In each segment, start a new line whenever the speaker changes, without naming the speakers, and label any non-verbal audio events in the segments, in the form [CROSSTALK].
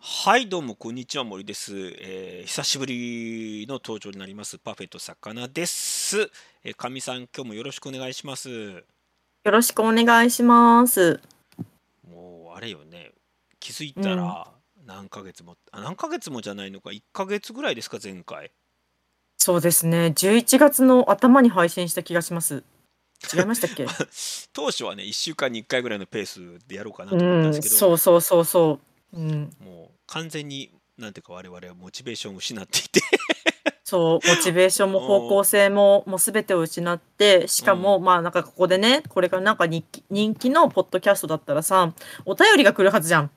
はい、どうも、こんにちは、森です。えー、久しぶりの登場になります、パフェと魚です。えー、かみさん、今日もよろしくお願いします。
よろしくお願いします。
もう、あれよね、気づいうた
ん。
ら、何ヶ月も、あ、何ヶ月もじゃないのか、1ヶ月ぐらいですか、前回。
そうですね。11月の頭に配信した気がします。違いましたっ
[LAUGHS] ま
け
あ当初はね、1週間に1回ぐらいのペースでやろうかなと思ったんで
う
す
ん、
けど、
そうそうそうそう。うん、
もう、完全に、なんていうか、我々はモチベーションを失っていて [LAUGHS]
そう、モチベーションも方
も
向性も、もうすべてを失って、し
う、う
かも、
ん、
まあなんかここでね、これからなんか日記人気のポッドキャストだったらさ、お便りが来るはずじゃん。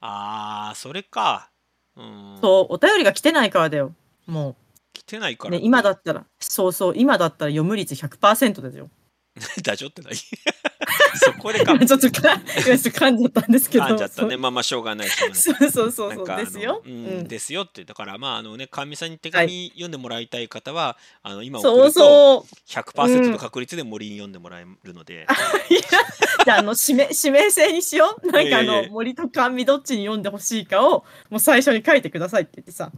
あー、それか。うん、
そう、お便りが来てないからだよ。も
来てないか
う、
ら
ね、
っ
今だ
て、
ったら、そうそう、今だったら読む率100%ですよ。
[LAUGHS] ダジョってないそこでか。
[LAUGHS] ちょっとか、今ちょっと噛んじゃったんですけ
噛んじゃ
ど、
った
そ
ね。
う、
まあまあ、しょうがない、しょうがない。
[LAUGHS] そうそうそう
なん
そう
か、
で
あ
す
の、
よ。
う、
うんん。
ですよって、だから、まあ、あのね、かみさんに手
はい。
紙読んでもらいたい方は、あの、今送
そう
ると、
そう。
100%
う
の
ん。
確率で森に読んでもらえるので、
あいや、じゃあ、あの、
[LAUGHS]
指名、指名制にしよう。
い
なん
やい
か、
や
あ
い
の、
や、
森と甘味どっちに読んでほしいかを、もう最初に書いてくださいって言ってさ。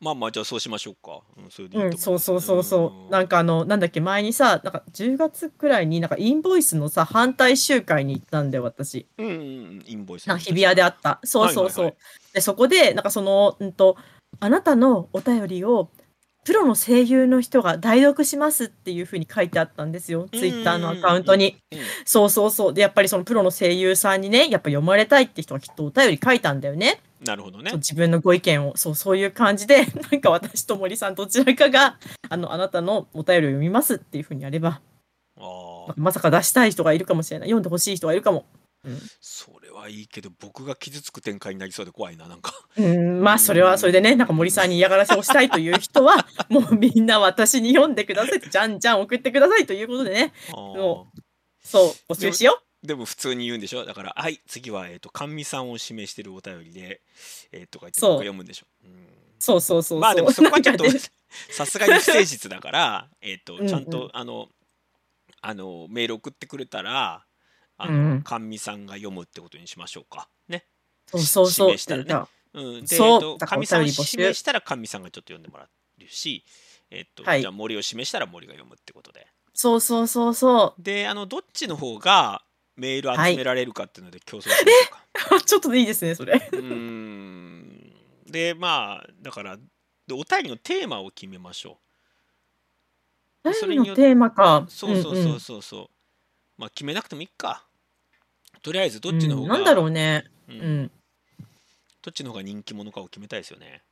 まあまあ、じゃあそうしましょうか。うん、それでいいうと
ん、
思い
そう
ます
そ
ね。
う
う
そうそう。なん
ん。
かあの、なんだっけ、前にさ、なんか10月くらいになんかインボイスのさ、反対集会に行ったんだよ、私。
うん、うんうんインボイス
なん
ね、
か日
確
比谷
か。
であった。そう
はい
そ
はい
う
は
そ
い。
う。で、そこで、なんかその、うんと、あなたのお便りを、プロの声優の人が代読しますっていうふうに書いてあったんですよ。
う
ツイッターのア
ん、
カウン
う
ト
ん、
に。
うん。
そうそうそう。で、やっぱりそのプロの声優さんにね、やっぱ読まれたいって人がきっとお便り書いたんだよね。
なるほど
そう
ね。
自分のご意見を。そう、そういう感じで、 [LAUGHS] なんか私と森さんどちらかが、あの、あなたのお便りを読みますっていうふうにやれば、
ああ、
ままさか出したい人がいるかもしれない。読んでほしい人がいるかも。うん。
それはいいけど、僕が傷つく展開になりそうで怖いな、なんか。
うーん、
う
まあ、それはそれでね、なんか森
ん。
さんに嫌がらせをしたいという人は、もうみんな私に読んでくださいって、じゃんじゃん送ってくださいということでね、も
ああ。
う、そう、募
で
集
も、
しよ
でも普通に言うんでしょだから、はい、次は、えっと、甘味さんを指名してるお便りで、えーとか言って僕が
う。そう、
読むんでしょ。うん。
そうそうそう
まあで
そ
も
う、
そこ
な
は
ん
ちょっ
か
と
ね、
さすがに不誠実だから、えっと、
う
ち
ん
ゃん
う
と、
ん、
あの、あの、メール送ってくれたら、あ
う
の、
ん、
甘味さんが読むってことにしましょうか。ね。
そう
し
そう
指
そ
名
う、
した
で
ら
じゃ
ね。
あ
うん。で、えっ
そう、
と、
だか
神
らお
さんを
便り
指
募
名
集、
したら神さんがちょっと読んでもらうし、えっと、
は
じゃあ
い、
森を指名したら森が読むってことで。
そうそうそうそう、
で、あの、どっちの方がメール
は
集め
い、
られるかっていうので競争しましょうか。
ちょっとでいいですね、それ。
うーん。で、まあ、だから、でお便りのテーマを決めましょう。で、そ
誰
れ
の
によっ
テーマか、う
そうんそう
う、
そうんそうそう。まあ、決めなくてもいいか。とりあえず、どっ
う
ちの
ん、
方
なんだ
が、
ろうね、
う、
うんん。
どっちの方が人気者かを決めたいですよね。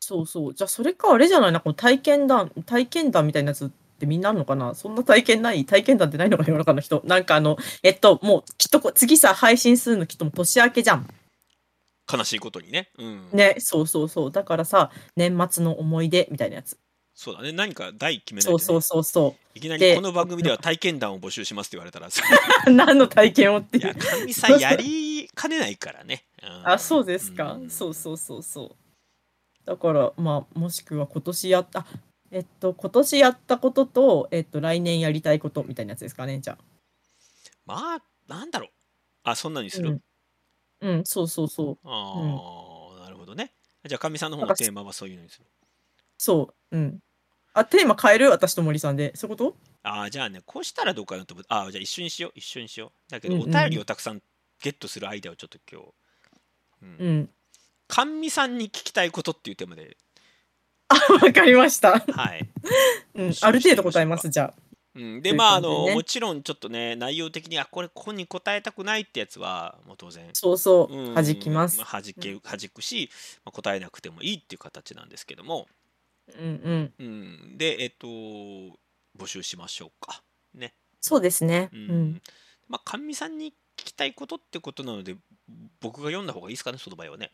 そうそう。じゃあ、それか、あれじゃないな、この体験談、体験談みたいなやつってみんなあるのかなそんな体験ない体験談ってないのかな世の中の人。なんかあの、えっと、もう、きっとこ、次さ、配信するのきっともう年明けじゃん。
悲しいことにね。うん。
ね、そうそうそう。だからさ、年末の思い出みたいなやつ。
そうだね。何か題決めない
そう
と
そ
ね。
うそうそう。
いきなりこ
で、
の番組で
な
は体験談を募集しますって言われたら、それ
[LAUGHS] 何の体験をって
い
い
や、
う。
神さ
そ
ん
う
や
そう。
りかねないからね。う
あ、そうで
ん。う。
すか。そうんそうそうそう。だから、まあ、もしくは今年やった、あえっと、今年やったことと、えっと、来年やりたいことみたいなやつですかね、じゃあ。
まあ、なんだろう。あ、そんなにす
う
る
ん。うん、そうそうそう。うん。
ああ、なるほどね。じゃあ、かみさんの方
なん
の
か
テー
す、
マはそういうのにする。
そう、うん。あ、テーマ変える私と森さんで。そういうこと
ああ、じゃあね、こうしたらどうかなと思って、ああ、じゃあ一緒にしよう、一緒にしよう。だけ
う
ど、
ん
お
う
便りを
ん。
たくさんゲットするアイデアをちょっと今日、うん。
うん。
甘味さんに聞きたいことっていうテーマ
[LAUGHS]
で、
あ、 [LAUGHS] わかりました。
はい、
う
募
ん。あ
集
る
して
程
みましょ
度答え
う
ま
か。
す、じゃあ。
うん、で、
という
まあ、あ
感じで
の、も
ね。
ちろんちょっとね、内容的に、あ、これ、ここに答えたくないってやつは、もう当然、
そうそうう。弾きま
ん、まあ、
す。
弾
うん
け、弾くし、まあ、答えなくてもいいっていう形なんですけども、
うんうん。
うん、で、えっと、募集しましょうか。ね。
そうですね。
う。
うんん。
まあ、神さんに聞きたいことってことなので、僕が読んだ方がいいですかね、その場合はね。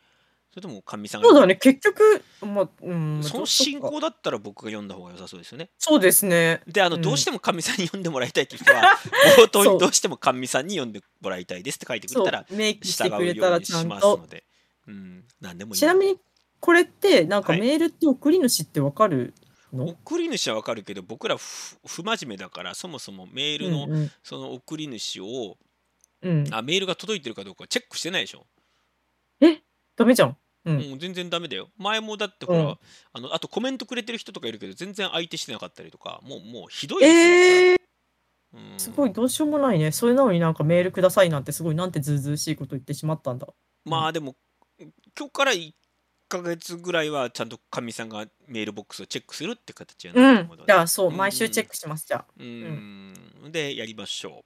それとも神さんが
そう
読
だ
む。
ね。結局、まあ、うん、
そ
ど
の
うそっ
進
か。
行だったら僕が読んだ方が良さそうですよね。
そうですね。
で、あの、
う
どうし
ん。
ても神さんに読んでもらいたいっていう人は、
[LAUGHS]
冒頭に
そ
ど
う。
うしても神さんに読んでもらいたいですって書いてくれた
そ
ら、
う。明記してく
従う
れ
よ
た
う
ら
に
ちゃ
し
ん
ます
と。
ので、うん、何でもいい
ちな
の
み
で。
に、これって、なんか
はい。
メールって送り主ってわかるの
送り主はわかるけど、僕ら不、不真面目だから、そもそもメー
う
ルの、
ん
その送り主を、
うん。うん。
あ、メールが届いてるかどうかチェックしてないでしょ。
え、ダメじゃん。うん
もう全然ダメだよ。前もだってほら、
うん
あのあとコメントくれてる人とかいるけど全然相手してなかったりとかもうもうひどいですよ
えー、
うん
すごいどうしようもないね。それなのになんかメールくださいなんてすごいなんてずうずうしいこと言ってしまったんだ。
まあでも今日から1ヶ月ぐらいはちゃんとかみさんがメールボックスをチェックするって形に
う
なる
ん
と思う。の
じ
で、
ゃあそう、
うん
毎週チェックします。じゃあ。
うんでやりましょ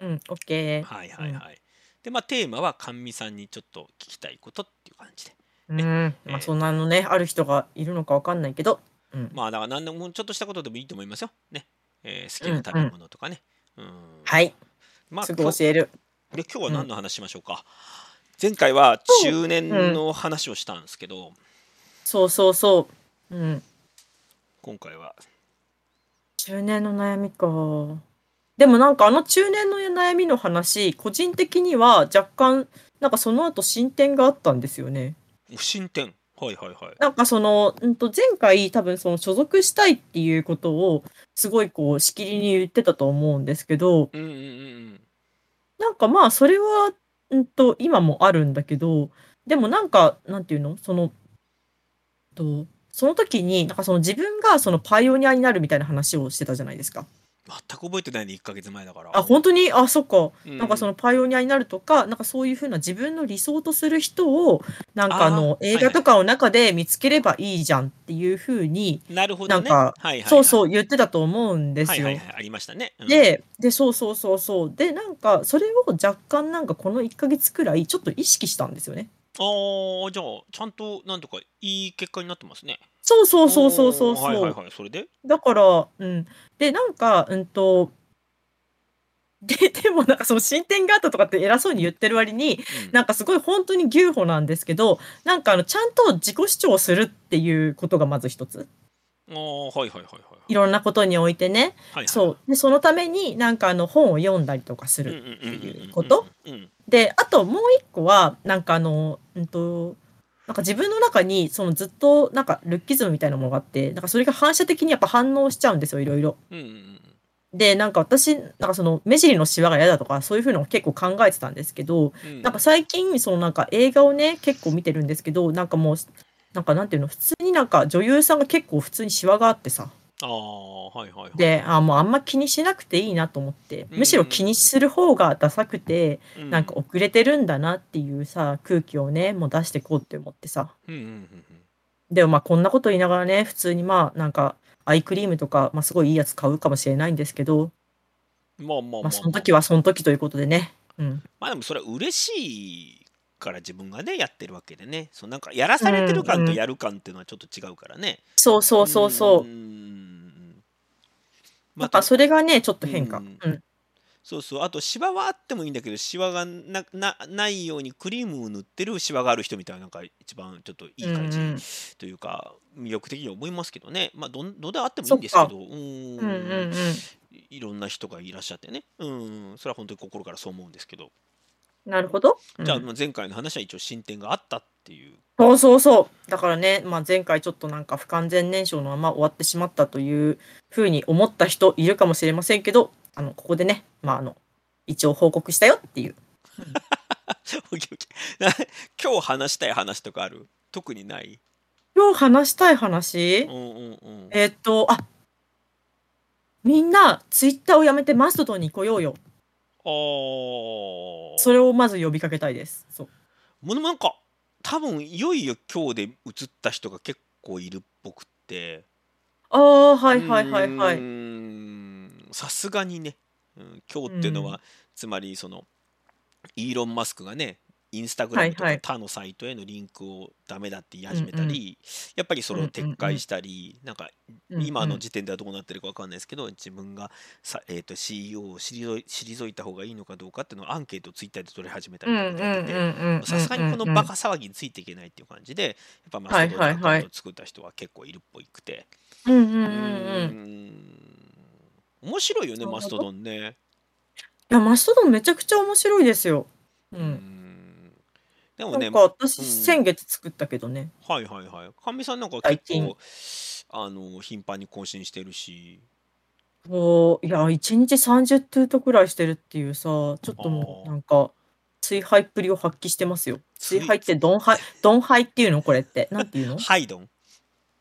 うん、オッケ
う。
ー。
はいはいはい。でまあテーマは甘味さんにちょっと聞きたいことっていう感じで。
うん。
え
まあそんなのね、ある人がいるのかわかんないけど。うん。
まあだから何でもちょっとしたことでもいいと思いますよ。ね。えー好きな食べ物とかね。うん
はい。
まあ
すぐ
今
教
日
える。
で今日は何の話しましょうか。前回は中年の話をしたんですけど、
そうそうそう。うん。
今回は
中年の悩みか。でもなんかあの中年の悩みの話、個人的には若干、なんかその後進展があったんですよね。
進展。はいはいはい。
なんかその、うんと前回多分その所属したいっていうことをすごいこうしきりに言ってたと思うんですけど、
うんうんうん
なんかまあそれは、うんと今もあるんだけど、でもなんか、なんていうのその、と、その時に、なんかその自分がそのパイオニアになるみたいな話をしてたじゃないですか。
全く覚えてないね1ヶ月前だから
あ、本当にあ、そっか。
うん
なんかそのパイオニアになるとか、なんかそういうふうな自分の理想とする人を、なんかあの
あー
映画とかの中で見つければいいじゃんっていうふうに、
なるほどね
なんか
はいはいはい、
そうそうう言ってたと思うんですよ
はい。はいはい、ありましたね、うん、
で、で、そうそうそうそう。で、なんかそれを若干なんかこの1ヶ月くらいちょっと意識したんですよね。
あーじゃあちゃんとなんとかいい結果になってますね
そうそうそうそうそう
おーはい
そ。
はいうはいそれで
だから、うん。で、なんか、うんと、で、 [LAUGHS] でもなんかその進展があったとかって偉そうに言ってる割に、
うん
なんかすごい本当に牛歩なんですけど、なんかあの、ちゃんと自己主張するっていうことがまず一つ。
あーはいはいはいはい
ろんなことにおいてね。
いはい
そう。で、そのためになんかあの、本を読んだりとかす
う
る。
んうんうんうんうん
いうこと
うん
で、あともう一個は、なんかあの、うんと、なんか自分の中に、そのずっと、なんかルッキズムみたいなものがあって、なんかそれが反射的にやっぱ反応しちゃうんですよ、いろいろ。
うんうんうん
で、なんか私、なんかその目尻のシワが嫌だとか、そういうふうのを結構考えてたんですけど、
うん
なんか最近、そのなんか映画をね、結構見てるんですけど、なんかもう、なんかなんていうの、普通になんか女優さんが結構普通にシワがあってさ、
ああはいはいはい
で、あもうあんま気にしなくていいなと思って、むしろ気にする方がダサくて、
う
なんか遅れてるんだなっていうさ空気をねもう出してこうって思ってさ
うんうんうんうん
でもまあこんなこと言いながらね普通にまあなんかアイクリームとか、まあ、すごいいいやつ買うかもしれないんですけど、
うんまあまあまあ、
まあ、その時
は
はその時ということでね、うん、
まあでもそれは嬉しいから自分がねやってるわけでねそうなんかやらされてる感とやる感っていうのはちょっと違うからね、
そうそうそうそう
ーん
な
ま
んか
た
それがねちょっと変化、
う
うんん
そうそうあとシワはあってもいいんだけどシワがななないようにクリームを塗ってるシワがある人みたいななんか一番ちょっといい感じ
うんうん
というか魅力的に思いますけどねまあどんどであってもいいんですけどうーん
うんうんうん
いろんな人がいらっしゃってねうんそれは本当に心からそう思うんですけど、
なるほど、うん
じゃあまあ前回の話は一応進展があったっていう
そうそうそうだからね、まあ、前回ちょっとなんか不完全燃焼のまま終わってしまったというふうに思った人いるかもしれませんけどあのここでね、まあ、あの一応報告したよっていう
[LAUGHS] オッケーオッケーな今日話したい話とかある特にない
今日話したい話
うんうんうん
えーっと、あみんなツイッターをやめてマストドンに来ようよ。
あー
それをまず呼びかけたいです。そう
もうなんか多分いよいよ今日で移った人が結構いるっぽくって
ああ、はいはいはいうはい。
ーんさすがにね、うん、今日っていうのは、
う
つまりそのイーロン・マスクがねインスタグラムと
はい
か
は
他
い
のサイトへのリンクをダメだって言い始めたり、やっぱりそれを撤回したり、なんか今の時点ではどうなってるかわかんないですけど、自分がさ、えー、と CEO を退い退いた方がいいのかどうかっていうのをアンケートをツイッターで取り始めた
う
りと
んう
か
ん
で
う
や
ん
ってて
うんうん。
さすがにこの
うんうん
バカ騒ぎについていけないっていう感じでやっぱマストドンの
は
ア
いはい
カウ
はい
ントを作った人は結構いるっぽいくて
うんうんうん
う
うん。い
ーん面白いよね
なるほど
マストドンね
や、マストドンめちゃくちゃ面白いですよ。う。
うんんでも
な
ね
んか私、
うん
先月作ったけどね。
はいはいはいかみさんなんか
最
結
近
構あの頻繁に更新してるし
おいや、1日30トゥートくらいしてるっていうさ、ちょっとも
あ
う
ー
なんか、追廃っぷりを発揮してますよ。追廃ってドンハイ、ドンハイっていうのこれって。なんていうの
ハイドン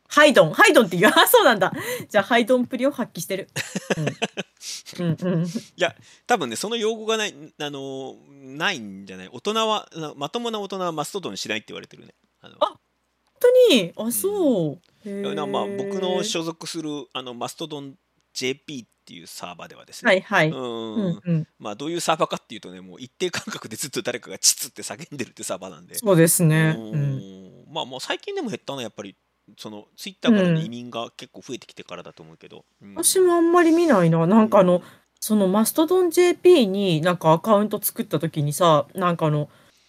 ハイドン、ハイドンって言う。あ、そうなんだ。じゃあハイドンっぷりを発揮してる。うん、うん、うん。
いや多分ねその用語がないあのないんじゃない大人はあのまともな大人はマストドンしないって言われてるねあの
あ本当にあそう、へー
なまあ僕の所属するあのマストドン JP っていうサーバーではです
は
ね、
いは
う
い、う
ーん
んうん、
まあどういうサーバーかっていうとねもう一定間隔でずっと誰かが「チツ」って叫んでるってサーバーなんで
そうですね、
う
う
ー
ん、
んまあもう最近でも減ったのはやっぱりそのツイッターからの
うん
移民が結構増えてきてからだと思うけど、うん
私もあんまり見ないななんかあ
う
の、
ん
そのマストドン JP になんかアカウント作った時にさなんかあの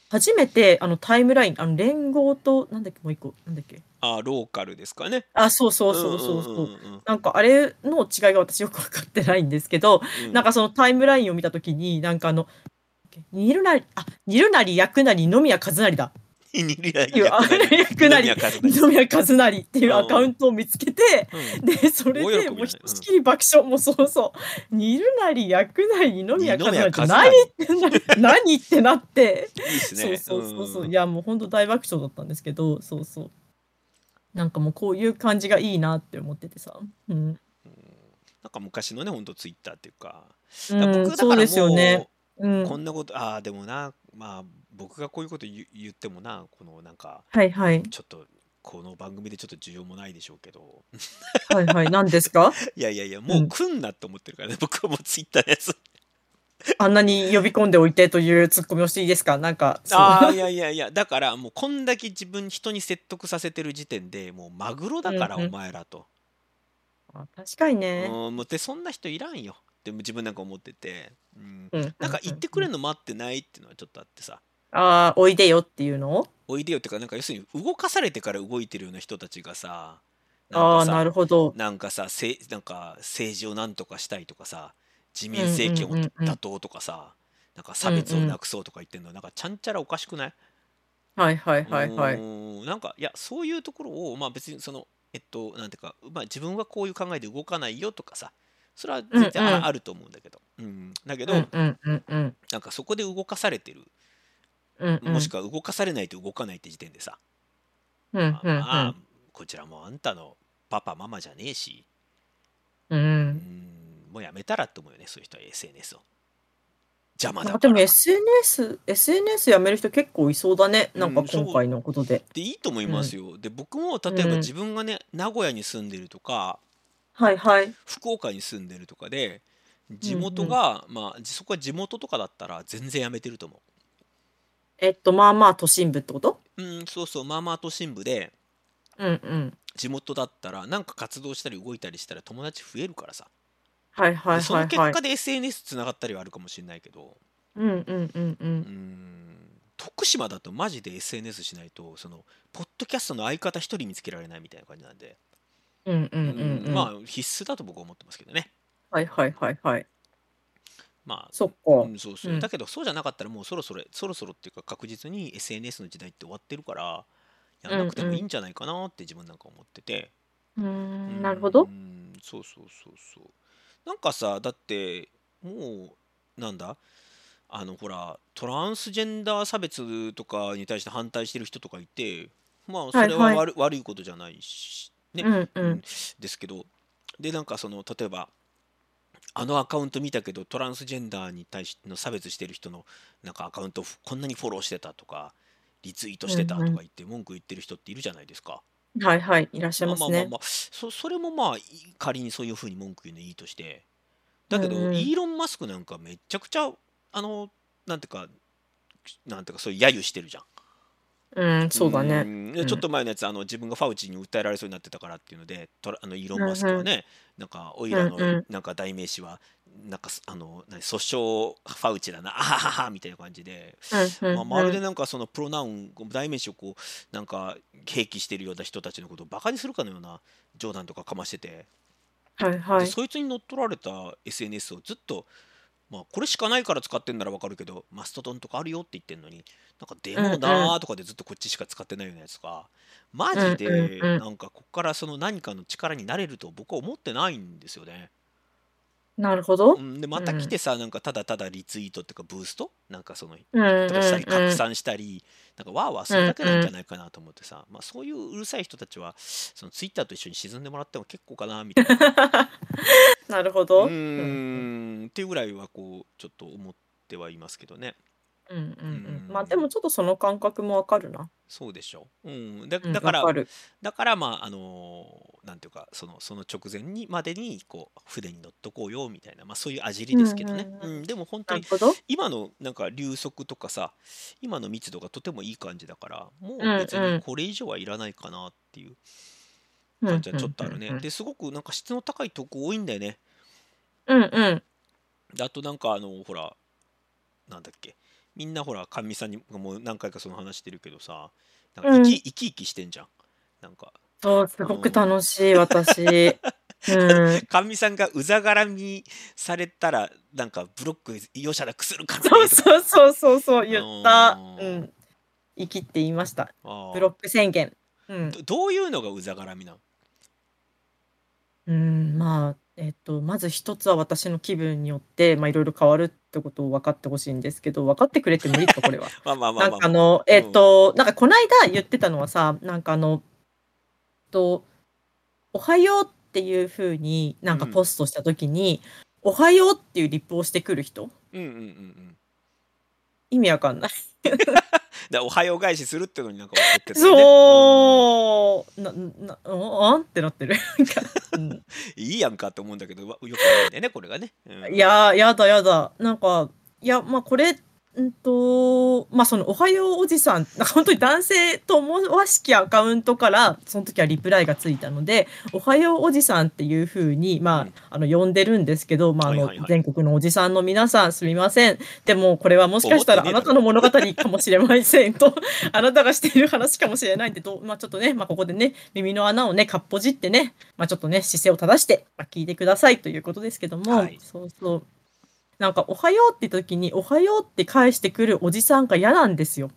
初めてあのタイムラインあの連合となんだっけもう一個なんだっけ
あローカルですかね
あそうそうそうそうそう,、
んんんん
なんかあれの違いが私よく分かってないんですけど、
うん [LAUGHS]
なんかそのタイムラインを見た時になんかあの煮るなりあ煮るなり焼くなり飲みや和なりだ
にりや
っていうあ焼くなり飲みや和なりっていうアカウントを見つけて、でそれ
大喜
で
びだね
もうひとしきり爆笑、もうそうそう煮るなり焼くなり飲みや和なりって何ってな何ってなって、
いいです
そう
ね。
そうそうそう、
ん
いやもう本当大爆笑だったんですけどそうそうなんかもうこういう感じがいいなって思っててさ、うん、
なんか昔のね、本当ツイッターっていうか。
う
だから
ん
僕だか
そう
ら
ですよね
も。
うん
う、こんなこと、ああ、でもな、まあ、僕がこういうこと言言ってもな、このなんか、
はいはい
ちょっと、この番組でちょっと需要もないでしょうけど、 [LAUGHS]
はいはい何ですか
いやいやいや、もう来んなと思ってるからね、 [LAUGHS] 僕はもうツイッターのやつ。
あんなに呼び込んでおいてというツッコミをしていいですかなんかそう
ああ、いやいやいや、だからもうこんだけ自分、人に説得させてる時点でもうマグロだから、
うんうん
お前らと。
あ確かにね、
うん、もうで、そんな人いらんよ。でも自分なんか思ってて。うん
ううん
なんか言ってくれ
うん
の待ってないっていうのはちょっとあってさ。
ああおいでよっていうの
おいでよってかなんか要するに動かされてから動いてるような人たちがさ
ああ
なんかさ
なるほど
なんかさせなんか政治をなんとかしたいとかさ自民政権
うんうん
を
うんうん
打倒とかさなんか差別をなくそうとか言ってんのなんかちゃんちゃらおかしくない
はいはいはいは
う
い
ーんなんかいやそういうところをまあ別にそのえっとなんていうか、まあ、自分はこういう考えで動かないよとかさそれは全然あ,、
うんうん
あると思うんだけど、うん、だけ
う
ど、
んうんうんうん
なんかそこで動かされてる
うんうん
もしくは動かされないと動かないって時点でさ
うんうん
まあ、こちらもあんたのパパママじゃねえし、
う
うんん、もうやめたらって思うよね、そういう人は SNS を。邪魔
な
だ
んか
か
で
ら。
も
で
SNS SNS やめる人結構いそうだねなんか今回のことで
いいと思いますよ。で、僕も例え
うん
ば自分がね、名古屋に住んでるとか、
はいはい
福岡に住んでるとかで、地元が、まあ、そこは地元とかだったら全然やめてると思
えっとまあまあ都心部ってこと
う。うん、そうそう、まあまあ都心部で、
うんうん
地元だったら、なんか活動したり動いたりしたら友達増えるからさ。
はいはい
でそ
は
の
い
結
はい
果で SNS つながったりはあるかもしれないけど。
うんうんうんう
うんーん徳島だとマジで SNS しないとそのポッドキャストの相方一人見つけられないみたいな感じなんで、
うんうんうんう
うん
ん
まあ必須だと僕は思ってますけどね
はいはいはいはい
まあ
そっか
うんそうそう、
うん
だけどそうじゃなかったらもうそろそろそろそろっていうか確実に SNS の時代って終わってるからやんなくてもいいんじゃないかなって自分なんか思ってて、
うー
うん
なるほど
んそうそうそうそうなんかさだってもうなんだあのほらトランスジェンダー差別とかに対して反対してる人とかいてまあそれは
はい
悪,、悪いことじゃないしね、
うんう
うん
ん
ですけどでなんかその例えばあのアカウント見たけどトランスジェンダーに対しての差別してる人のなんかアカウントをこんなにフォローしてたとかリツイートしてたとか言って文句言ってる人っているじゃないですか。
はいはいいらっしゃいます
まあまあま
ね
あまあそそれもまあい仮にそういうふうに文句言うのいいとしてだけど、
うんうん
イーロン・マスクなんかめちゃくちゃあのなんていうかなんていうかそういう揶揄してるじゃん。
うんそうだね
んでちょっと前のやつあの自分がファウチに訴えられそうになってたからっていうのでトラあのイーロン・マスクはね、なんかオイラの
うんうん
なんか代名詞はなんかすあの何訴訟ファウチだなあはははみたいな感じで
うんうん
まあ、
うん
まるでなんかそのプロナウン代名詞をこうなんか併記してるような人たちのことをバカにするかのような冗談とかかましてて、
はいはい
でそいつに乗っ取られた SNS をずっと、まあ、これしかないから使ってんならわかるけどマストドンとかあるよって言ってんのになんかデモだーとかでずっとこっちしか使ってないようなやつがマジで
うんうんうん
なんかこっからその何かの力になれると僕は思ってないんですよね。
なるほど
う。ん、でまた来てさ、なんかただただリツイートっていうかブーストなんかその
うんうん
とかしたり
うん
拡散したりなんかわーわーするだけなんじゃないかなと思ってさ、まあ、そういううるさい人たちはそのツイッターと一緒に沈んでもらっても結構かなみたいな
[LAUGHS] なるほ
う
ど。
ーんっていうぐらいはこうちょっと思ってはいますけどね
うんうんうん
うん
まあでもちょっとその感覚もわかるな。
そうでしょ、うん、だ
うん
だから、
わかる。
だからまああのーなんていうかそのその直前にまでにこう船に乗っとこうよみたいな、まあ、そういう味りですけどね、
うんうん
う
うん
ん、でも本当
な
に
るほど。
今のなんか流速とかさ今の密度がとてもいい感じだからも
うんう
うん別にこれ以上はいらないかなっていう感じはちょっとあるね、
うんうんうんうん
ですごくなんか質の高い投稿多いんだよね
うんうん。
であとなんかあのほらなんだっけみんなほらかみさんにもう何回かその話してるけどさなんか生き,、
うん
生き生きしてんじゃんなんか
そう、すごく楽し
[LAUGHS]
い、私。うん。
かみさんがうざがらみされたらなんかブロック容赦なくするからね
そ
と
う
か
そうそうそうそう、言った。
あ
う
ー
ん。生きって言いました。
あー
ブロック宣言。うん。
どどういうのがうざがらみなの
うん、まあ、えっと、まず一つは私の気分によって、まあ、いろいろ変わるってことを分かってほしいんですけど、分かってくれて無理か、これは。
まあまあま
な
あ
ん
ま
か
あ
あの、えっと、なんかこの間言ってたのはさ、なんかあの、えっと、おはようっていうふうになんか
うん
ポストしたときに、おはようっていうリップをしてくる人
うんうんうんうん。
意味わかんない。
だからおはよう返しするってのになんか怒ってたよね。
そう、な、な、うんってなってる。なんかうん
うんいいやんかって思うんだけど、わよくないんだよね、これがね。うん
いやー、やだやだ。なんか、いや、まあこれ、うんと、まあその、おはようおじさん、なんか本当に男性と思わしきアカウントから、その時はリプライがついたので、おはようおじさんっていうふうに、
う
ま
ん
あ、あの、呼んでるんですけど、まああ
はい
の
はいはい、
全国のおじさんの皆さん、すみません。でも、これはもしかしたら
思
あ
ってね
なたの物語かもしれませんと、 [LAUGHS] あなたがしている話かもしれないんで、どうまあちょっとね、まあここでね、耳の穴をね、かっぽじってね、まあ、ちょっとね姿勢を正して、まあ、聞いてくださいということですけども、
はい
そうそうなんか「おはよう」って言った時に「おはよう」って返してくるおじさんが嫌なんです
[LAUGHS]
よ。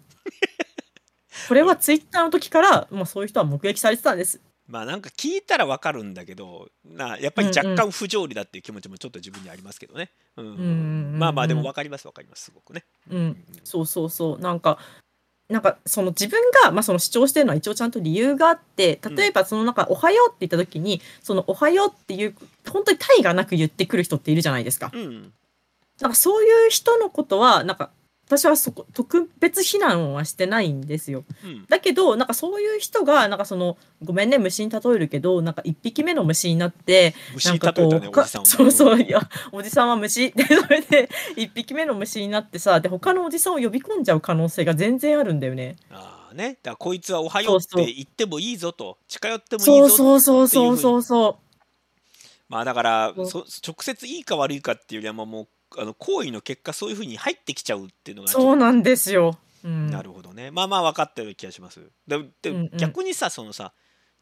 これはツイッターの時から、まあ、そういう人は目撃されてたんです。
まあなんか聞いたらわかるんだけど、なやっぱり若
うん
干不条理だっていう気持ちもちょっと自分にありますけどね。うん
うんうんうん
まあまあでもわかりますわかります、すごくね。
う
うんん、
そうそうそうなんかなんかその自分が、まあ、その主張してるのは一応ちゃんと理由があって
うん
例えばその中「おはよう」って言った時にその「おはよう」っていう本当に体がなく言ってくる人っているじゃないですか。
うん
なんかそういう人のことは、なんか私はそこ特別非難はしてないんですよ。
うん
だけど、なんかそういう人が、なんかその、ごめんね、虫に例えるけど、なんか一匹目の虫になって、
虫
な
に
ん
例え
か
た
こ
ね、
う、
お
か
じ
[LAUGHS]
さんをね
そうそう、いや、おじさんは虫 [LAUGHS] で、それで一匹目の虫になってさ、で、他のおじさんを呼び込んじゃう可能性が全然あるんだよね。
ああね、だからこいつはおはようっ
そうそ
て言ってもいいぞと、近寄ってもいいぞ
そうそうそうそうそうそ
まあだから
そう
そ直接いいか悪いかっていうよりはまあもうあの行為の結果そういうふうに入ってきちゃうっていうの
う、
がちょっと
そうなんですよ。うん。
なるほどね。まあまあ分かったような気がします。でで
うんうん
逆にさそのさ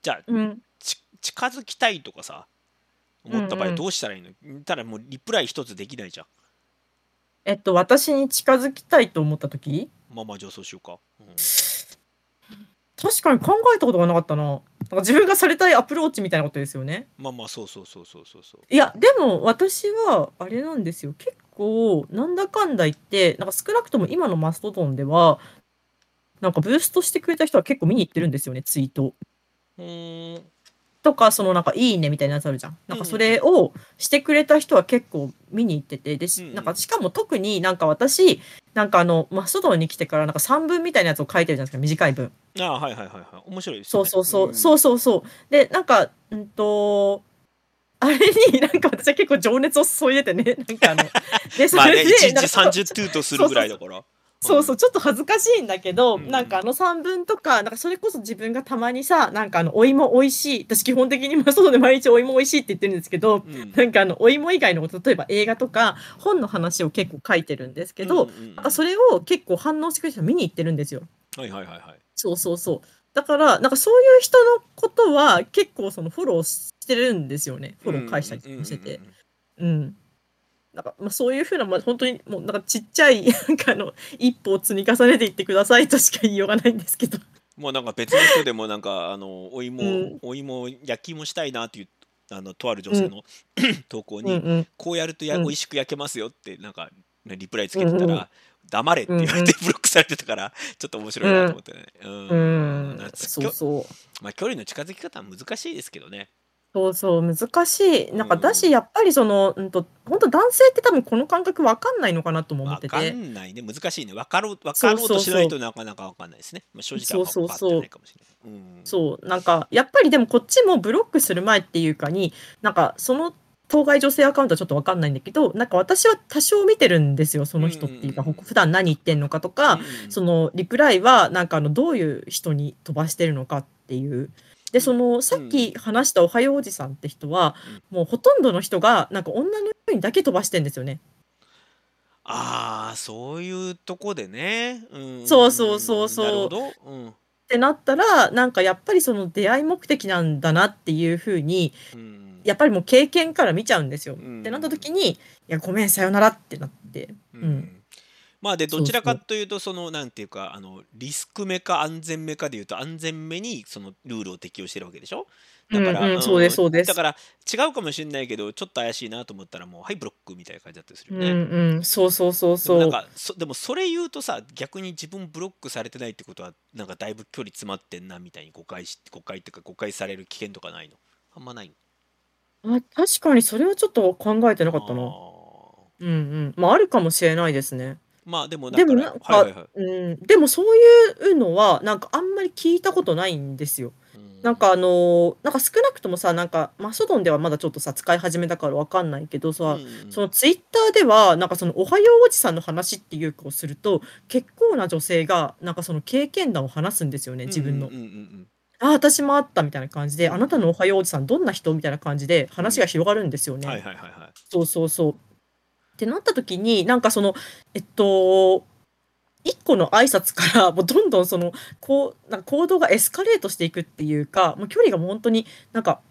じゃあ
うん。
ち近づきたいとかさ思った場
うん
合
うん
どうしたらいいの、ただもうリプライ一つできないじゃん。
えっと、私に近づきたいと思った時
まあまあ上層しようか。うん
確かに考えたことがなかったな。なんか自分がされたいアプローチみたいなことですよね。
まあまあそうそうそうそうそうそう。
いや、でも私は、あれなんですよ。結構、なんだかんだ言って、なんか少なくとも今のマストドンでは、なんかブーストしてくれた人は結構見に行ってるんですよね、ツイート。
うーん
とか、そのなんかいいねみたいなやつあるじゃん。なんかそれをしてくれた人は結構見に行ってて、で、し
うんうん
なんかしかも特になんか私、なんかあの、マストドンに来てからなんか3文みたいなやつを書いてるじゃないですか、短い文。
ああはいはいはいはい面白いです
そ
よ
う
ね。
そうそう、
ん
そうそうそう。で、なんか、うんと、あれになんか私は結構情熱を注いでてね、 [LAUGHS] なんかあの、で、そ
まあね
れ
1
で、
日
なんか
30トゥートするぐらいだから。
[LAUGHS] そうそう、ちょっと恥ずかしいんだけど、
うん
なんかあの3分とか、なんかそれこそ自分がたまにさ、なんかあの、お芋美味しい、私基本的にまあ外で毎日お芋美味しいって言ってるんですけど、
うんうん
なんかあの、お芋以外のこと、例えば映画とか本の話を結構書いてるんですけど、
うんうんうん
なんかそれを結構反応してくれる人は見に行ってるんですよ。
はいはいはいはい。
そうそうそう。だから、なんかそういう人のことは結構そのフォローしてるんですよね。フォロー返したりとかしてて
うん。うんうんうん
うん。なんか、まあ、そういうふうな、まあ、本当にもうなんかちっちゃい、 [LAUGHS] なんかあの、一歩を積み重ねていってくださいとしか言いようがないんですけど。
もうなんか別の人でもなんかあのお芋、
うん
お芋焼き芋したいなっていうあのとある女性の [CLEARS THROAT] 投稿
うんう
に
ん
こうやるとや
うん
美味しく焼けますよってなんかねリプライつけてた
うんうん
ら黙れって言われてブロックされてたからちょっと面白いなと思ってねうん
うん
なんかきょ
そうそう
まあ距離の近づき方は難しいですけどね
そうそう難しいなんか
うん
だしやっぱりそのうんと本当男性って多分この感覚わかんないのかなとも思っ
分
て
か
て
んないね難しいね分かろう分かろうとしないとなかなか分かんないですねまあ正直あんま
そ
分
うそう
かっ
そう
てないかもしれないうん
そうなんかやっぱりでもこっちもブロックする前っていうかになんかその当該女性アカウントはちょっとわかんないんだけどなんか私は多少見てるんですよその人っていうか、
うんうんうん
普段何言ってんのかとか、
うん
そのリプライはなんかあのどういう人に飛ばしてるのかっていう。でそのさっき話した「おはようおじさん」って人は、もうほとんどの人がなんか女の人にだけ飛ばしてんですよね。
ああそういうとこでねうん
そうそうそうそう
なるほどうん
ってなったらなんかやっぱりその出会い目的なんだなっていうふうに
うん
やっぱりもう経験から見ちゃうんですよ。
うん
ってなった時に「いやごめんさよなら」ってなって。
うんんまあで
そう
どちらかというとそのなんていうかあのリスク目か安全目かでいうと安全目にそのルールを適用してるわけでしょだから、
うんうんそうですそうです
だから違うかもしれないけどちょっと怪しいなと思ったらもうはいブロックみたいな感じだったりする
う
よ
ん
ね。
うんそうそうそ
でも
うそう。
なんかそでもそれ言うとさ逆に自分ブロックされてないってことはなんかだいぶ距離詰まってんなみたいに誤解し誤解っていうか誤解される危険とかないのあんまないの
あ確かにそれはちょっと考えてなかった
あ
な。
ー
うんうん。まああるかもしれないですね。
まあでもだ
で
か
も
ら
なんか、
はいはいはい
うん、でもそういうのはなんかあんまり聞いたことないんですよ。
う
なんかあのーなんか少なくともさなんかマソドンではまだちょっとさ使い始めたからわかんないけどさ、
うんうん
そのツイッターではなんかその「おはようおじさん」の話っていうかをすると結構な女性がなんかその経験談を話すんですよね自分の。
うんうんうんうん
あ私もあったみたいな感じで「
うん
あなたのおはようおじさんどんな人?」みたいな感じで話が広がるんですよ
うん
ね。
はいはいはいはい
そうそうそう。ってなった時になんかそのえっと一個の挨拶から [LAUGHS] もうどんどんそのこうなんか行動がエスカレートしていくっていうかもう距離がもう本当になんか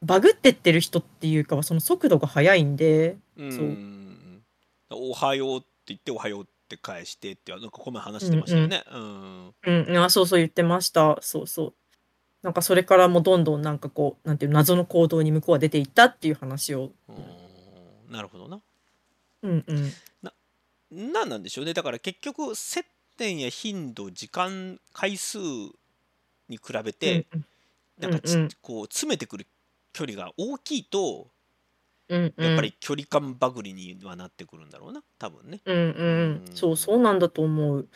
バグってってる人っていうかはその速度が速いんで
うん
そう
おはようって言っておはようって返してってなんかこの前話してましたよね。うん
うんうんあそうそう言ってましたそうそうなんかそれからもうどんどんなんかこうなんていうの謎の行動に向こうは出ていったっていう話を
うんなるほどな。
うんうん
なんなんでしょうねだから結局接点や頻度時間回数に比べて、
うんうん
なんかち
うんうん
こう詰めてくる距離が大きいと
うんうん
やっぱり距離感バグりにはなってくるんだろうな多分ね。
うんうん
う、ん
そうそうなんだと思う。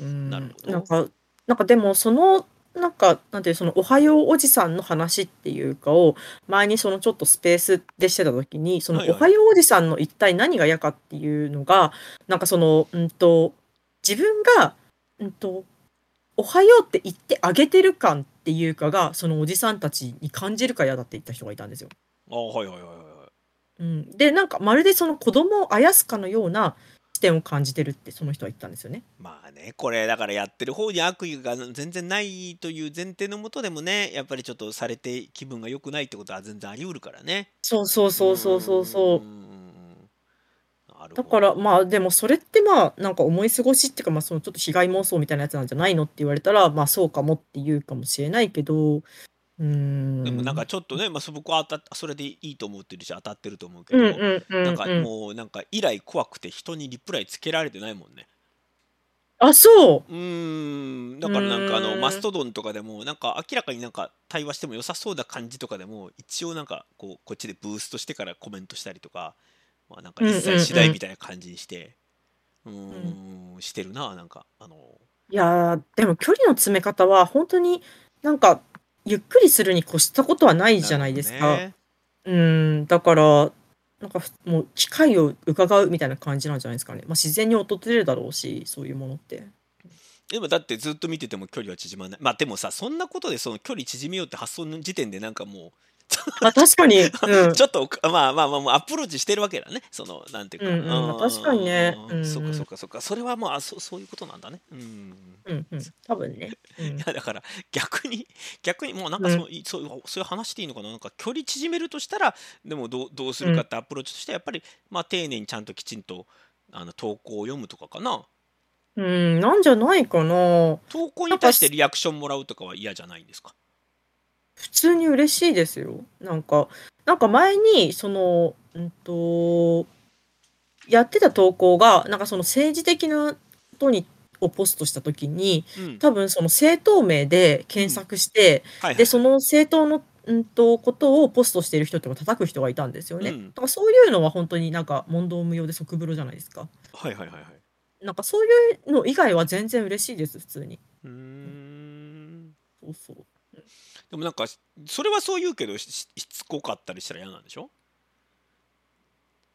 うん、
なるほど
んか、なんかでもその、なんか、なんていう、そのおはようおじさんの話っていうかを、前にそのちょっとスペースでしてた時に、その
はい
お
はい
はようおじさんの一体何が嫌かっていうのが、なんかその、うんと、自分が、うんと、おはようって言ってあげてる感っていうかが、そのおじさんたちに感じるから嫌だって言った人がいたんですよ。
あはいはいはいはいはい。
うん、でなんかまるでその子供をあやすかのような視点を感じてるってその人は言ったんですよね。
まあねこれだからやってる方に悪意が全然ないという前提のもとでもねやっぱりちょっとされて気分が良くないってことは全然あり得るからね。
そうそうそうそうそうそ
んんんなるほど
だからまあでもそれってまあなんか思い過ごしっていうかまあそのちょっと被害妄想みたいなやつなんじゃないのって言われたらまあそうかもって言うかもしれないけどうーん
でもなんかちょっとね、まあ、そ僕は当たっそれでいいと思ってるし当たってると思うけ
うん
ど、
うんうん、う
なんか
ん、
もうなんか以来怖くて人にリプライつけられてないもんね。
あそう
うーんだからなんかあ
うー
の
ん
マストドンとかでもなんか明らかになんか対話しても良さそうな感じとかでも一応なんかこうこっちでブーストしてからコメントしたりとか、まあ、なんか一
うんうんうん
切次第みたいな感じにしてうーんしてるななんかあの
いやーでも距離の詰め方は本当になんかゆっくりするに越したことはないじゃないです
るほど
か。
ね
うん、だから、なんかふもう機会を伺うみたいな感じなんじゃないですかね。まあ、自然に訪れるだろうし、そういうものって。
でもだってずっと見てても距離は縮まないまあでもさそんなことでその距離縮めようって発想の時点でなんかも
まあ、確かに、うん
う、 [LAUGHS] ちょっとおかまあまあまあもうアプローチしてるわけだねそのなんていうか、
うんうんまあ確かにね
うん
うん
そっかそっかそっかそれはもうあそそういうことなんだねうん。
うん、うん、多分ね。うん
いやだから逆に逆にもうなんか
うん
その、いそういうそういう話でいいのかななんか距離縮めるとしたらでもどうどうするかってアプローチとしてはやっぱり、まあ丁寧にちゃんときちんとあの投稿を読むとかかな
うん、なんじゃないかな。
投稿に対してリアクションもらうとかは嫌じゃないんですか
普通に嬉しいですよ。なんか、なんか前に、その、うんと、やってた投稿が、なんかその政治的なことに、をポストしたときに、
うん
多分その政党名で検索して、
[LAUGHS] はいは
で、
い
その政党の、うんと、ことをポストしている人とか叩く人がいたんですよね。
うん
だからそういうのは本当になんか問答無用で即風呂じゃないですか。
はいはいはいはい。
なんかそういうの以外は全然嬉しいです、普通に。
うーん。
そうそう。
でもなんかそれはそう言うけどしししつこかったりしたら嫌なんでしょ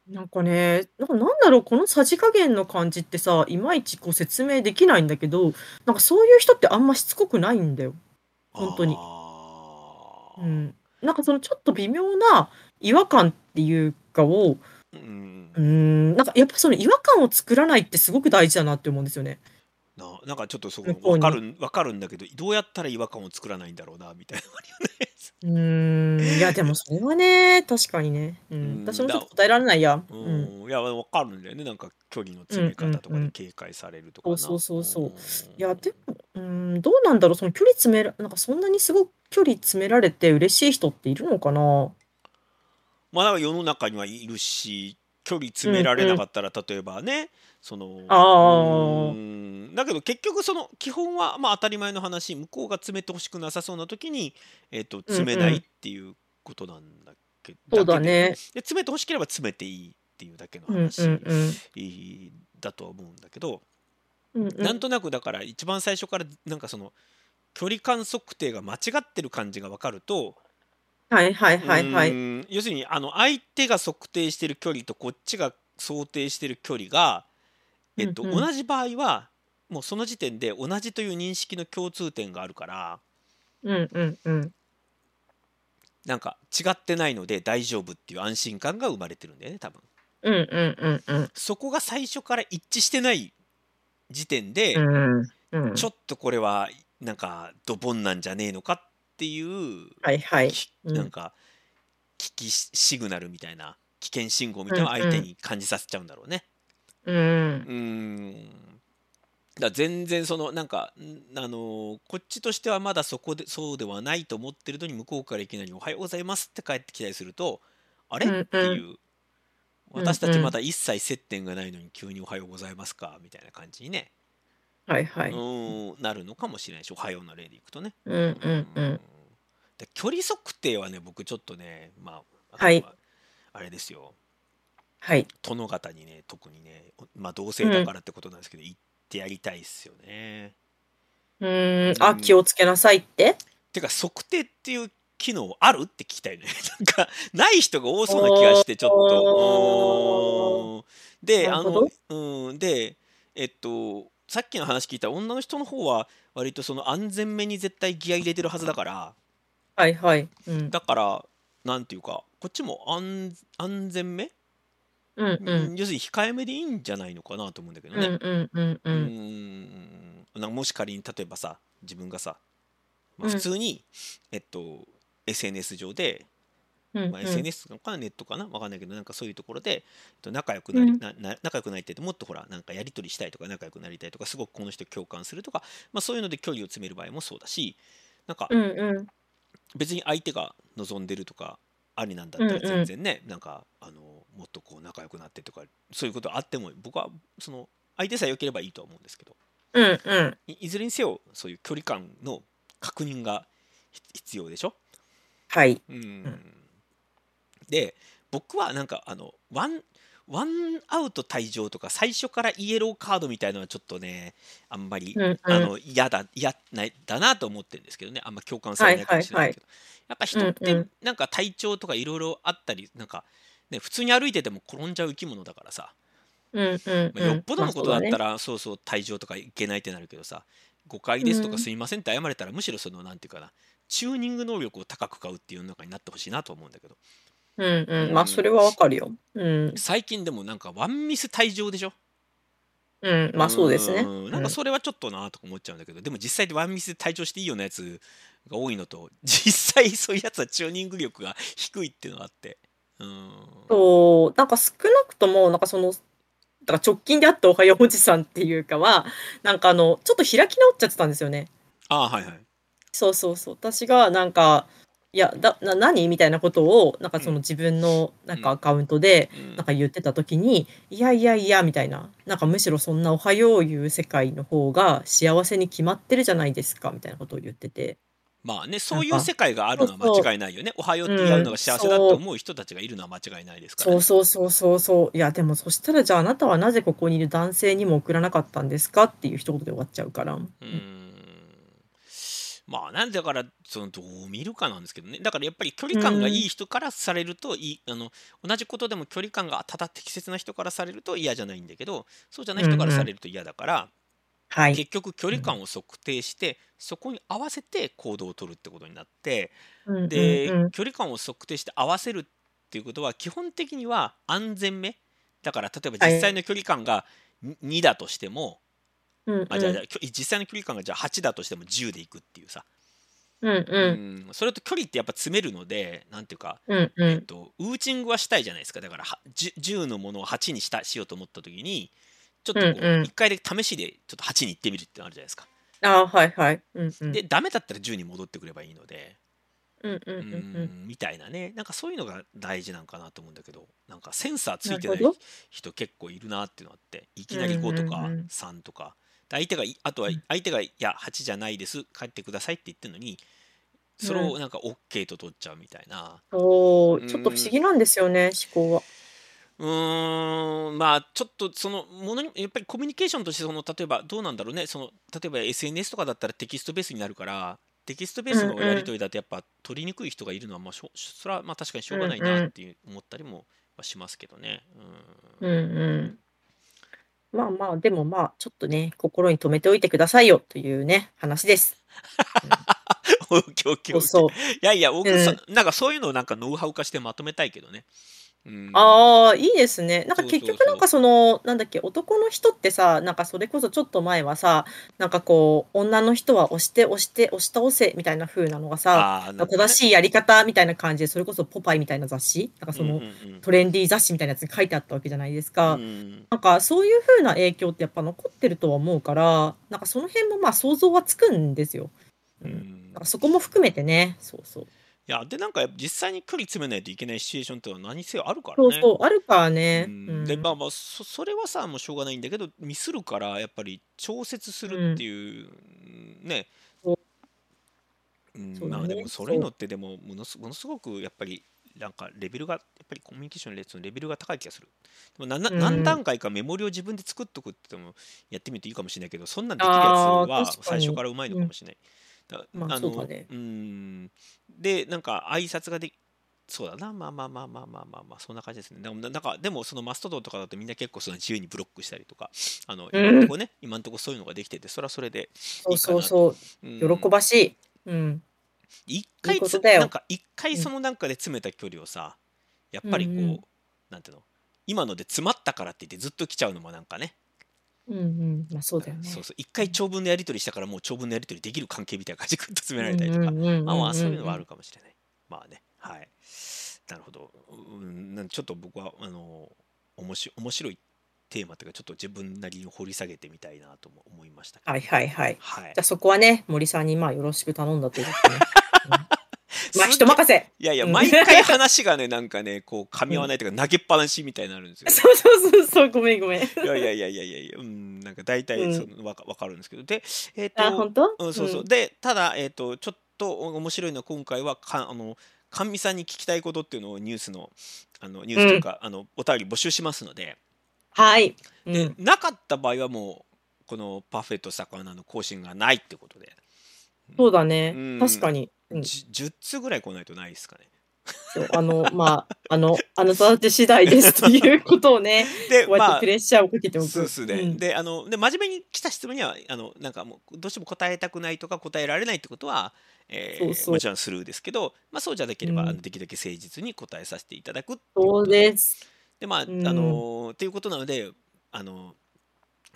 なんかね、なんかなんだろう、このさじ加減の感じってさ、いまいちこう説明できないんだけど、なんかそういう人ってあんましつこくないんだよ。本当に
あ
う
ー
ん。なんかそのちょっと微妙な違和感っていうかを、
うん
うーん、なんかやっぱその違和感を作らないってすごく大事だなって思うんですよね。
ななんかちょっとそ
向
こ
こう
わ
に
かるわかるんだけどどうやったら違和感を作らないんだろうなみたいなのがあるよね
うーん、いやでもそれはね、確かにね。う、
うんん
私もちょ
だ
っと答えられないや。
う
うん。
ん、いやわかるんだよねなんか距離の詰め方と
うんう
か
ん
で
うん
警戒されるとかな、
そうそうそう
そ
いやでも、うーん、どうなんだろう、その距離詰めら、なんかそんなにすごく距離詰められて嬉しい人っているのかな
まあだから世の中にはいるし距離詰められなかったら例えばねその
あー
うんだけど結局その基本はまあ当たり前の話向こうが詰めてほしくなさそうな時に、えっと詰めな
うん
い
うん
っていうことなんだけど、
そうだね。
で詰めてほしければ詰めていいっていうだけの
うんうん
話、
うん。
だとは思うんだけど、
うんう
なんとなくだから一番最初からなんかその距離感測定が間違ってる感じが分かると、
はいはいはいは
う
い。
ーん要するにあの相手が測定してる距離とこっちが想定してる距離が、えっと
うんうん
同じ場合はもうその時点で同じという認識の共通点があるから
うんうんうん。
なんか違ってないので大丈夫っていう安心感が生まれてるんだよね多分。
うんうんうん
そこが最初から一致してない時点で、
うん。うんうん。
ちょっとこれはなんかドボンなんじゃねえのかっていう、
はいはい。
き
うん
なんか危機シグナルみたいな危険信号みたいなのを相手に感じさせちゃうんだろうね。
うん
うーんだから全然そのなんかんあのーこっちとしてはまだそこでそうではないと思ってるのに向こうからいきなり「おはようございます」って帰ってきたりすると「あれ?」
うんうん
っていう
うん
私たちまだ一切接点がないのに急に「おはようございますか」みたいな感じにね、
はいは
う
い。
ーんなるのかもしれないし「おはよう」の例でいくとね。
うんうんうん。
で距離測定はね僕ちょっとねまあ
はい
あのあれですよ
はい。
殿方にね特にねおまあ同性だからってことなんですけど、言ってやりたいっすよね。
うーん。あ、気をつけなさいって。
てか測定っていう機能あるって聞きたいね [LAUGHS] なんかない人が多そうな気がしてちょっと
お。
うーんで
な
あ
るほ
のうんでえっとさっきの話聞いた女の人の方は割とその安全めに絶対ギア入れてるはずだから。
はいはい。うん
だからなんていうかこっちも安安全め、
うんうん。
要するに控えめでいいんじゃないのかなと思うんだけど
うん
ね。
うんうんう。
うんーんなもし仮に例えばさ自分がさ、まあ、
うん
普通に、えっと SNS 上で、
うんうん
まあ、SNS なのかなネットかなわかんないけどなんかそういうところで、えっと、仲良くなり、
うん
なな仲良くなりたいともっとほらなんかやり取りしたいとか仲良くなりたいとかすごくこの人共感するとか、まあ、そういうので距離を詰める場合もそうだしなんか
うんうん。
別に相手が望んでるとかありなんだったら
うんうん
全然ね、なんかあのもっとこう仲良くなってとかそういうことあっても僕はその相手さえ良ければいいとは思うんですけど
うんうん。
いいずれにせよそういう距離感の確認がひ必要でしょ
はい。
うん、で僕はなんかあのワンワンアウト退場とか最初からイエローカードみたいのはちょっとねあんまり
うんうん。
あの嫌だ嫌ないだなと思ってるんですけどねあんま共感されないかもしれないけど、やっぱ人っ
うんう
て
ん
なんか体調とかいろいろあったりなんか、ね、普通に歩いてても転んじゃう生き物だからさ、
うんうん
ま
う
あ
ん。
よっぽどのことだっ
まあそう
た
ね
ら、そうそう退場とかいけないってなるけどさ誤解ですと
う
か
ん
すいませんって謝れたら、むしろそのなんていうかなチューニング能力を高く買うっていう世の中になってほしいなと思うんだけど
うん
う
うんん。まあそれはわかるよ。うん。
最近でもなんかワンミス退場でしょ
うん。まあそうですね。
うんなんかそれはちょっとなとか思っちゃうんだけど、でも実際でワンミスで退場していいようなやつが多いのと、 [LAUGHS] 実際そういうやつはチューニング力が低いっていうのがあって。うん。
そう、なんか少なくとも、なんかその、だから直近であったおはようおじさんっていうかは、なんかあの、ちょっと開き直っちゃってたんですよね。
ああ、はいはい。
そうそうそう。私がなんか、いやだな何みたいなことをなんかその自分のなんかアカウントで
うん
[LAUGHS] なんか言ってた時にいやいやいやみたいななんかむしろそんな「おはよう」言う世界の方が幸せに決まってるじゃないですかみたいなことを言ってて
まあね、そうい
な
うん
か
世界があるのは
そうそう
間違いないよね。おはようってやるのが幸せだって思う人たちがいるのは間違いないですから
そ
ね、
うそうそうそうそういやでもそしたらじゃああなたはなぜここにいる男性にも送らなかったんですかっていう一言で終わっちゃうから。
うーんまあなんでだからそのどう見るかなんですけどねだからやっぱり距離感がいい人からされるといい、あの同じことでも距離感がただ適切な人からされると嫌じゃないんだけどそうじゃない人からされると嫌だから、
はい、
結局距離感を測定して、そこに合わせて行動を取るってことになってで、
うんうんうん
距離感を測定して合わせるっていうことは基本的には安全めだから例えば実際の距離感が2だとしても、
うんうん
あじゃあじゃあきょ実際の距離感がじゃあ8だとしても10でいくっていうさ、
うんうん
うんそれと距離ってやっぱ詰めるのでなんていうか、
うんう
えっ
ん
と、ウーチングはしたいじゃないですかだからは 10, 10のものを8にしたしようと思った時にちょっとこう、
うんうん
1回で試しでちょっと8に行ってみるってのあるじゃないですか。
あーはいはいうんうん
でダメだったら10に戻ってくればいいので。
うんうんう
うん
うん
んみたいなねなんかそういうのが大事なんかなと思うんだけどなんかセンサーついて
な
ない
るほど
人結構いるなっていうのあっていきなり5と
うん
か
うんうん
3とかで相手がいあとは
うん
相手が「いや8じゃないです帰ってください」って言ってるのにそれをなんか OK と取っちゃうみたいな
そうちょっと不思議なんですよね、思考は。
うーんまあちょっとそのものにやっぱりコミュニケーションとしてその例えばどうなんだろうねその例えば SNS とかだったらテキストベースになるからテキストベース
うん
の
うん
やり取りだとやっぱ取りにくい人がいるのはまあしょそれはまあ確かにしょうがないなっていう思ったりもはしますけどね。
う
うんん
うん。まあまあ、でもまあ、ちょっとね、心に留めておいてくださいよというね、話です。
オッケーオッケー
[LAUGHS] そ
オ
う
ッケー
そう。
いやいや僕
うん
さなんかそういうのをなんかノウハウ化してまとめたいけどね。うん
ああ、いいですね。なんか
そうそう
結局なんかその、なんだっけ、男の人ってさ、なんかそれこそちょっと前はさ、なんかこう、女の人は押して押して押し倒せみたいな風なのがさ、
あーなんかね
正しいやり方みたいな感じで、それこそポパイみたいな雑誌、なんかそ
うん
の
うんうん
トレンディー雑誌みたいなやつに書いてあったわけじゃないですか。
うん
なんかそういう風な影響ってやっぱ残ってるとは思うから、なんかその辺もまあ想像はつくんですよ。
う
うん
ん
なんかそこも含めてね、そうそう。
いやでなんか実際に距離詰めないといけないシチュエーションってのは何せよあるから
そ
ね。
うそう、あるからね。
うん
うん
でまあまあそそれはさもうしょうがないんだけどミスるからやっぱり調節するっていう、ね
そ
うん
そうだ
ま
ね
あでもそれのってでもものすものすごくやっぱりなんかレベルがやっぱりコミュニケーションのレのレベルが高い気がするでもなな
うん
何段階かメモリを自分で作っとくってのもやってみるといいかもしれないけどそんなんできるやつ
あー
は
確か
最
に
初からうまいのかもしれない、だ
まあ
の
そうだね
うんでなんか挨拶がでそうだな、まあまあまあまあまあまあ、まあ、そんな感じですね。でも、ななんか、でも、そのマストドンとかだとみんな結構その自由にブロックしたりとか、あの、
うん
今んとこね、今んとこそういうのができてて、それはそれで、
そうそうそう、
うん
喜ばしい。うん。
一回
いいこ
つ
とだよ
なんか一回そのなんかで詰めた距離をさ、やっぱりこう、
うんうん
なんていうの、今ので詰まったからって言ってずっと来ちゃうのもなんかね、
うんうん。まあそうだよね。
そうそう、一回長文のやり取りしたからもう長文のやり取りできる関係みたいな感じでぐっと詰められたりとか、まあまあそういうのはある
る。
かもしれない。まあね、はい。なるほど。うん、なんちょっと僕は、あの、おもし面白いテーマというか、ちょっと自分なりに掘り下げてみたいなとも思いましたけど。
はいはいはい。 [LAUGHS]
はい
じゃあ。そこはね、森さんにまあよろしく頼んだということ
[LAUGHS]
ね。
す
まあ人
い
任せ。 [LAUGHS]
やいや、
うん
毎回話がね、なんかね、こう、噛み合わないというか、投げっぱなしみたいになるんです
[LAUGHS]
よ。
そうそうそうそう、ごめんごめん。
いやいやいやいやいやいや、うん、なんか大
う
体
ん
そのわかわかるんですけど。で、えっ、
あ、
と、
本当？
うん、そうそう。で、ただ、えっ、と、ちょっと面白いのは、今回はか、あの、神美さんに聞きたいことっていうのをニュースの、あの、ニュースというか、あの、お便り募集しますので、
はい。う
で
ん。
なかった場合はもう、このパフェと魚の更新がないってことで、
そうだね
う。ん
確かに。うん
じゅ10通ぐらい来ないとないですかね。
そうあの、まあ、あの、あなたたち次第ですということをね、
で、
こうや
[LAUGHS] ま
って
あ
プ、レッシャーをかけておく。
そうですね、
うん
であので真面目に来た質問にはあのなんかもうどうしても答えたくないとか答えられないってことは、えー
そうそう
もちろんスルーですけど、まあ、そうじゃなければ、
うん
あのできるだけ誠実に答えさせていただくってい
そう
す
です。
でまあ、
うん
あのーっていうことなのであの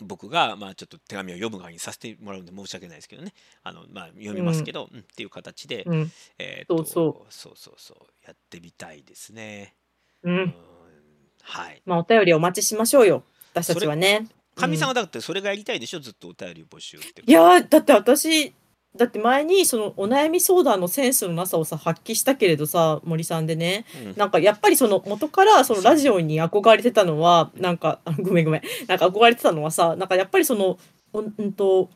僕がまあちょっと手紙を読む側にさせてもらうんで申し訳ないですけどねあのまあ読みますけど、うんっていう形で、
うん。
えーっと
そ
そうそうそうやってみたいですね。
う
うん
ん。
はい。
まあ、お便りお待ちしましょうよ。私たちはね。
神さん
う
はだってそれがやりたいでしょずっとお便り募集って。
いやーだって私だって前にそのお悩み相談のセンスのなさをさ発揮したけれどさ森さんでね
うん
なんかやっぱりその元からそのラジオに憧れてたのはなんかあごめんごめんなんか憧れてたのはさなんかやっぱりそのおうんと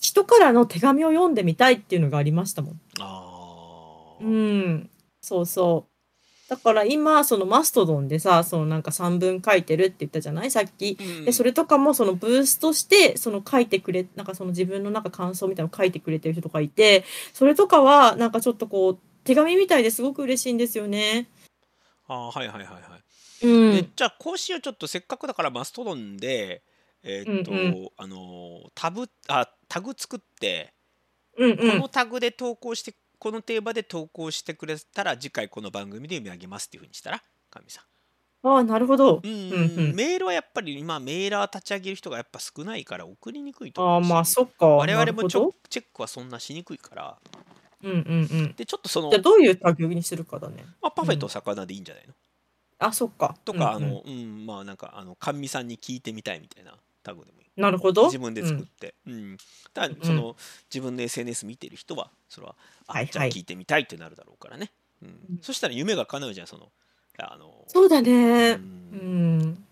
人からの手紙を読んでみたいっていうのがありましたもん。
あー
うん、そうそう。だから今そのマストドンでさそのなんか3文書いてるって言ったじゃないさっき。
うん
でそれとかもそのブースとしてその書いてくれなんかその自分のなんか感想みたいなの書いてくれてる人とかいてそれとかはなんかちょっとこう手紙みたいですごく嬉しいんですよね。
あーはいはいはいはい。
う
で
ん、
じゃあこうしようちょっとせっかくだからマストドンでえーっと、
うん
あのータブあタグ作って
うん
こ
うん
のタグで投稿して、このテーマで投稿してくれたら次回この番組で読み上げますっていうふうにしたら神さん。
ああなるほど。
うん
うんうん
メールはやっぱり今メーラー立ち上げる人がやっぱ少ないから送りにくいと思
ああ
うし
まあそっか。
我々もち
なる
ょ
ほ
チェックはそんなしにくいから
どうんうんうん。
でちょっとその
じゃあ、どういうタグにするかだね。
まあ、パフェと魚でいいんじゃないの、
あそっか。
とか、
うんうん
あのうんまあなんかあの甘味さんに聞いてみたいみたいなタグでもいい
なるほど。
自分で作って、うんだから
うん
その、自分の SNS 見てる人はそれはあ、
はいはい
じゃあ聞いてみたいってなるだろうからね、うん
うん
そしたら夢が叶うじゃんそのあの
そうだ
う。
ねうんん。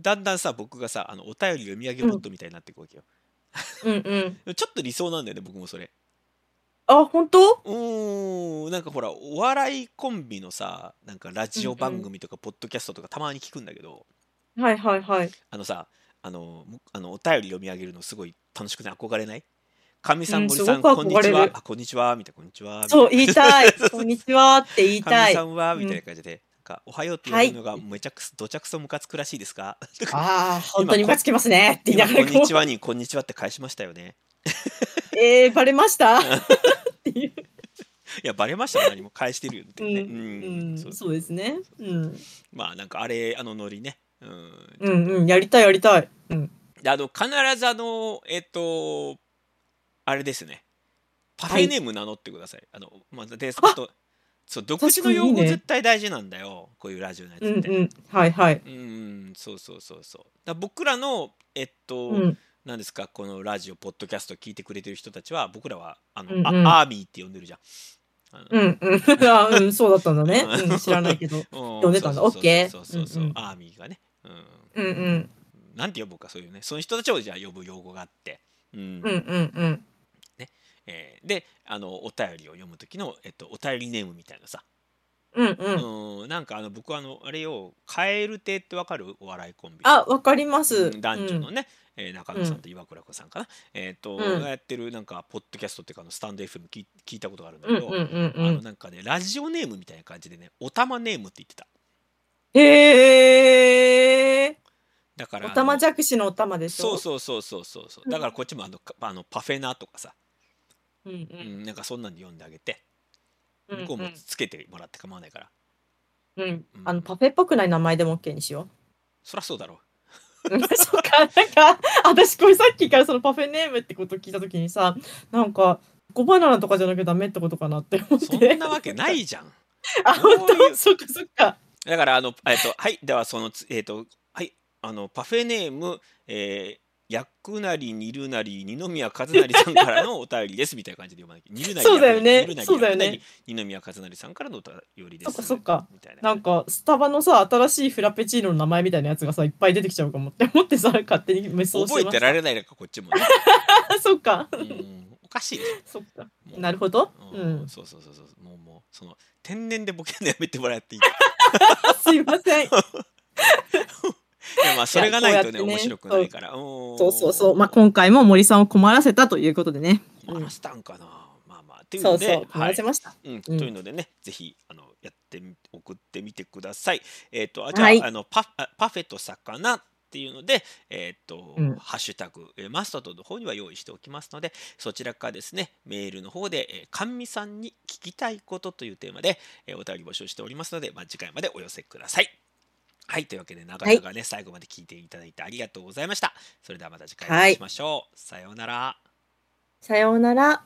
だんだんさ僕がさあのお便り読み上げボットみたいになっていくわけよ、
うんうん。
ちょっと理想なんだよね僕もそれ
あ、本当
うーんなんかほらお笑いコンビのさなんかラジオ番組とかポッドキャストとかたまに聞くんだけど、
はいはいはい。
あのさあのむあのお便り読み上げるのすごい楽しくない憧れないかみさん、
うん
森さん、
すごく
こんにち
憧れ
は
る。
あ、こんにちは、みたいな、こんにちは。みたいな
そう、言いた
[LAUGHS]
い。こんにちはって言い
か
た
み
い。
さ
あ
んは
ん
みたいな感じで、なんかおはようって言われるのがめちゃくす、どちゃくそムカつくらしいですかとか
あー、本当にムカつきますねって言いな
今
が
こん
らこ
にち
う、
はにこんにちはって返しましたよね。
えー、バレましたっていう。
いや、バレましたもん何も返してるよってね。
うん
うん
うん、
そう
そうですね。うん。
まあ、なんかあれ、あのノリね。うん。
うんうん、やりたいやりたい。うん。
であの、必ずあの、えっと、あれですね。パフ
はい
ェネーム名乗ってください。あの、まあ、で、あと、そう、独自の
確か
用
にいいね
語絶対大事なんだよ。こういうラジオのやつ
うんう
って。
ん。はいはい。
うん、そうそうそうそう。だから僕らの、えっと、
うん。
なんですかこのラジオポッドキャスト聞いてくれてる人たちは僕らはあの、
うんうん
あアーミーって呼んでるじゃん。あの
うんうん。 [LAUGHS] あうん、そうだったんだね。うん、知らない
[LAUGHS]
けど。
うん
呼んでたんだ
そうそうそう
オッケー
そうそうそう、
うんうん
アーミーがね。うん。
うんうん。
なんて呼ぶかそういうねその人たちをじゃあ呼ぶ用語があって。うん
うんうんうん。
えーであのお便りを読む時の、えっと、お便りネームみたいなさ、
うん
う
うん。
ん、なんかあの僕はあのあれよ蛙亭ってわかるお笑いコンビ
あ、わかります
う。ん男女の
うん
ね、えー中野さんと岩倉子さんかな、えっ、と、
うん
がやってるなんかポッドキャストっていうかあのスタンド FM 聞い聞いたことがあるんだ
うん
け
うん
ど、
うんう
あの
ん。
なんかねラジオネームみたいな感じでねおたまネームって言ってた
へえ。
だから
おたまじ
ゃ
ゃくしのおたまでし
そ
ょ
うそうそうそうそうそうだからこっちもあのかあのパフェナとかさ、
うんうん
うんなんかそんなんで読んであげて
うんうん
向こうもつけてもらって構わないから、
うん
うん
あのパフェっぽくない名前でも OK にしよ
そりゃそうだろう
う。うん [LAUGHS] そっか、なんか、私これさっきからそのパフェネームってこと聞いたときにさ、なんか、小バナナとかじゃなきゃダメってことかなって思って。
そんなわけないじゃん
[LAUGHS] あ、本
どういう
当そっかそっか。
だからあのえっとはいではそのつえっとはいあのパフェネームえー薬なり煮るなり二宮和也さんからのお便りですみたいな感じで読まなきゃ煮るなり
そうだよね
薬なり煮るなり
そうだよね
薬なり二宮和也さんからのお便りです
そっかそっか
みたいな
なんか、スタバのさ、新しいフラペチーノの名前みたいなやつがさ、いっぱい出てきちゃうかもって思ってさ、勝手に無双して
覚え
ま
て
す。
られないのかこっちもね、
あ、 [LAUGHS] そっか。
うん、おかしいでし
そっか。
ょもう
なるほど。う
うん
ん。
そうそうそうそうもうもうその天然でボケるのやめてもらっていい
あ、すい
[LAUGHS]
ません。
いやまあそれがないとね
こうやってね
面白くないからそ
そうそうそう。まあ、今回も森さんを困らせたということでね。
マスタンかなまあまあっていう
そ
の
う
で
そう。困
は
ら
い
せました。
うん、と
うん
いうのでね、ぜひあのやってみ送ってみてください。えっ、とあじゃあ,、
はい
あのパあパフェと魚っていうので、えっ、と、
うん
ハッシュタグえーマスタードの方には用意しておきますので、そちらからですねメールの方で、えー、甘味さんに聞きたいことというテーマで、えーお便り募集しておりますので、まあ次回までお寄せください。はいというわけで長々ね、最後まで聞いていただいてありがとうございました。それではまた次回お会いしましょう。さようなら。
さようなら。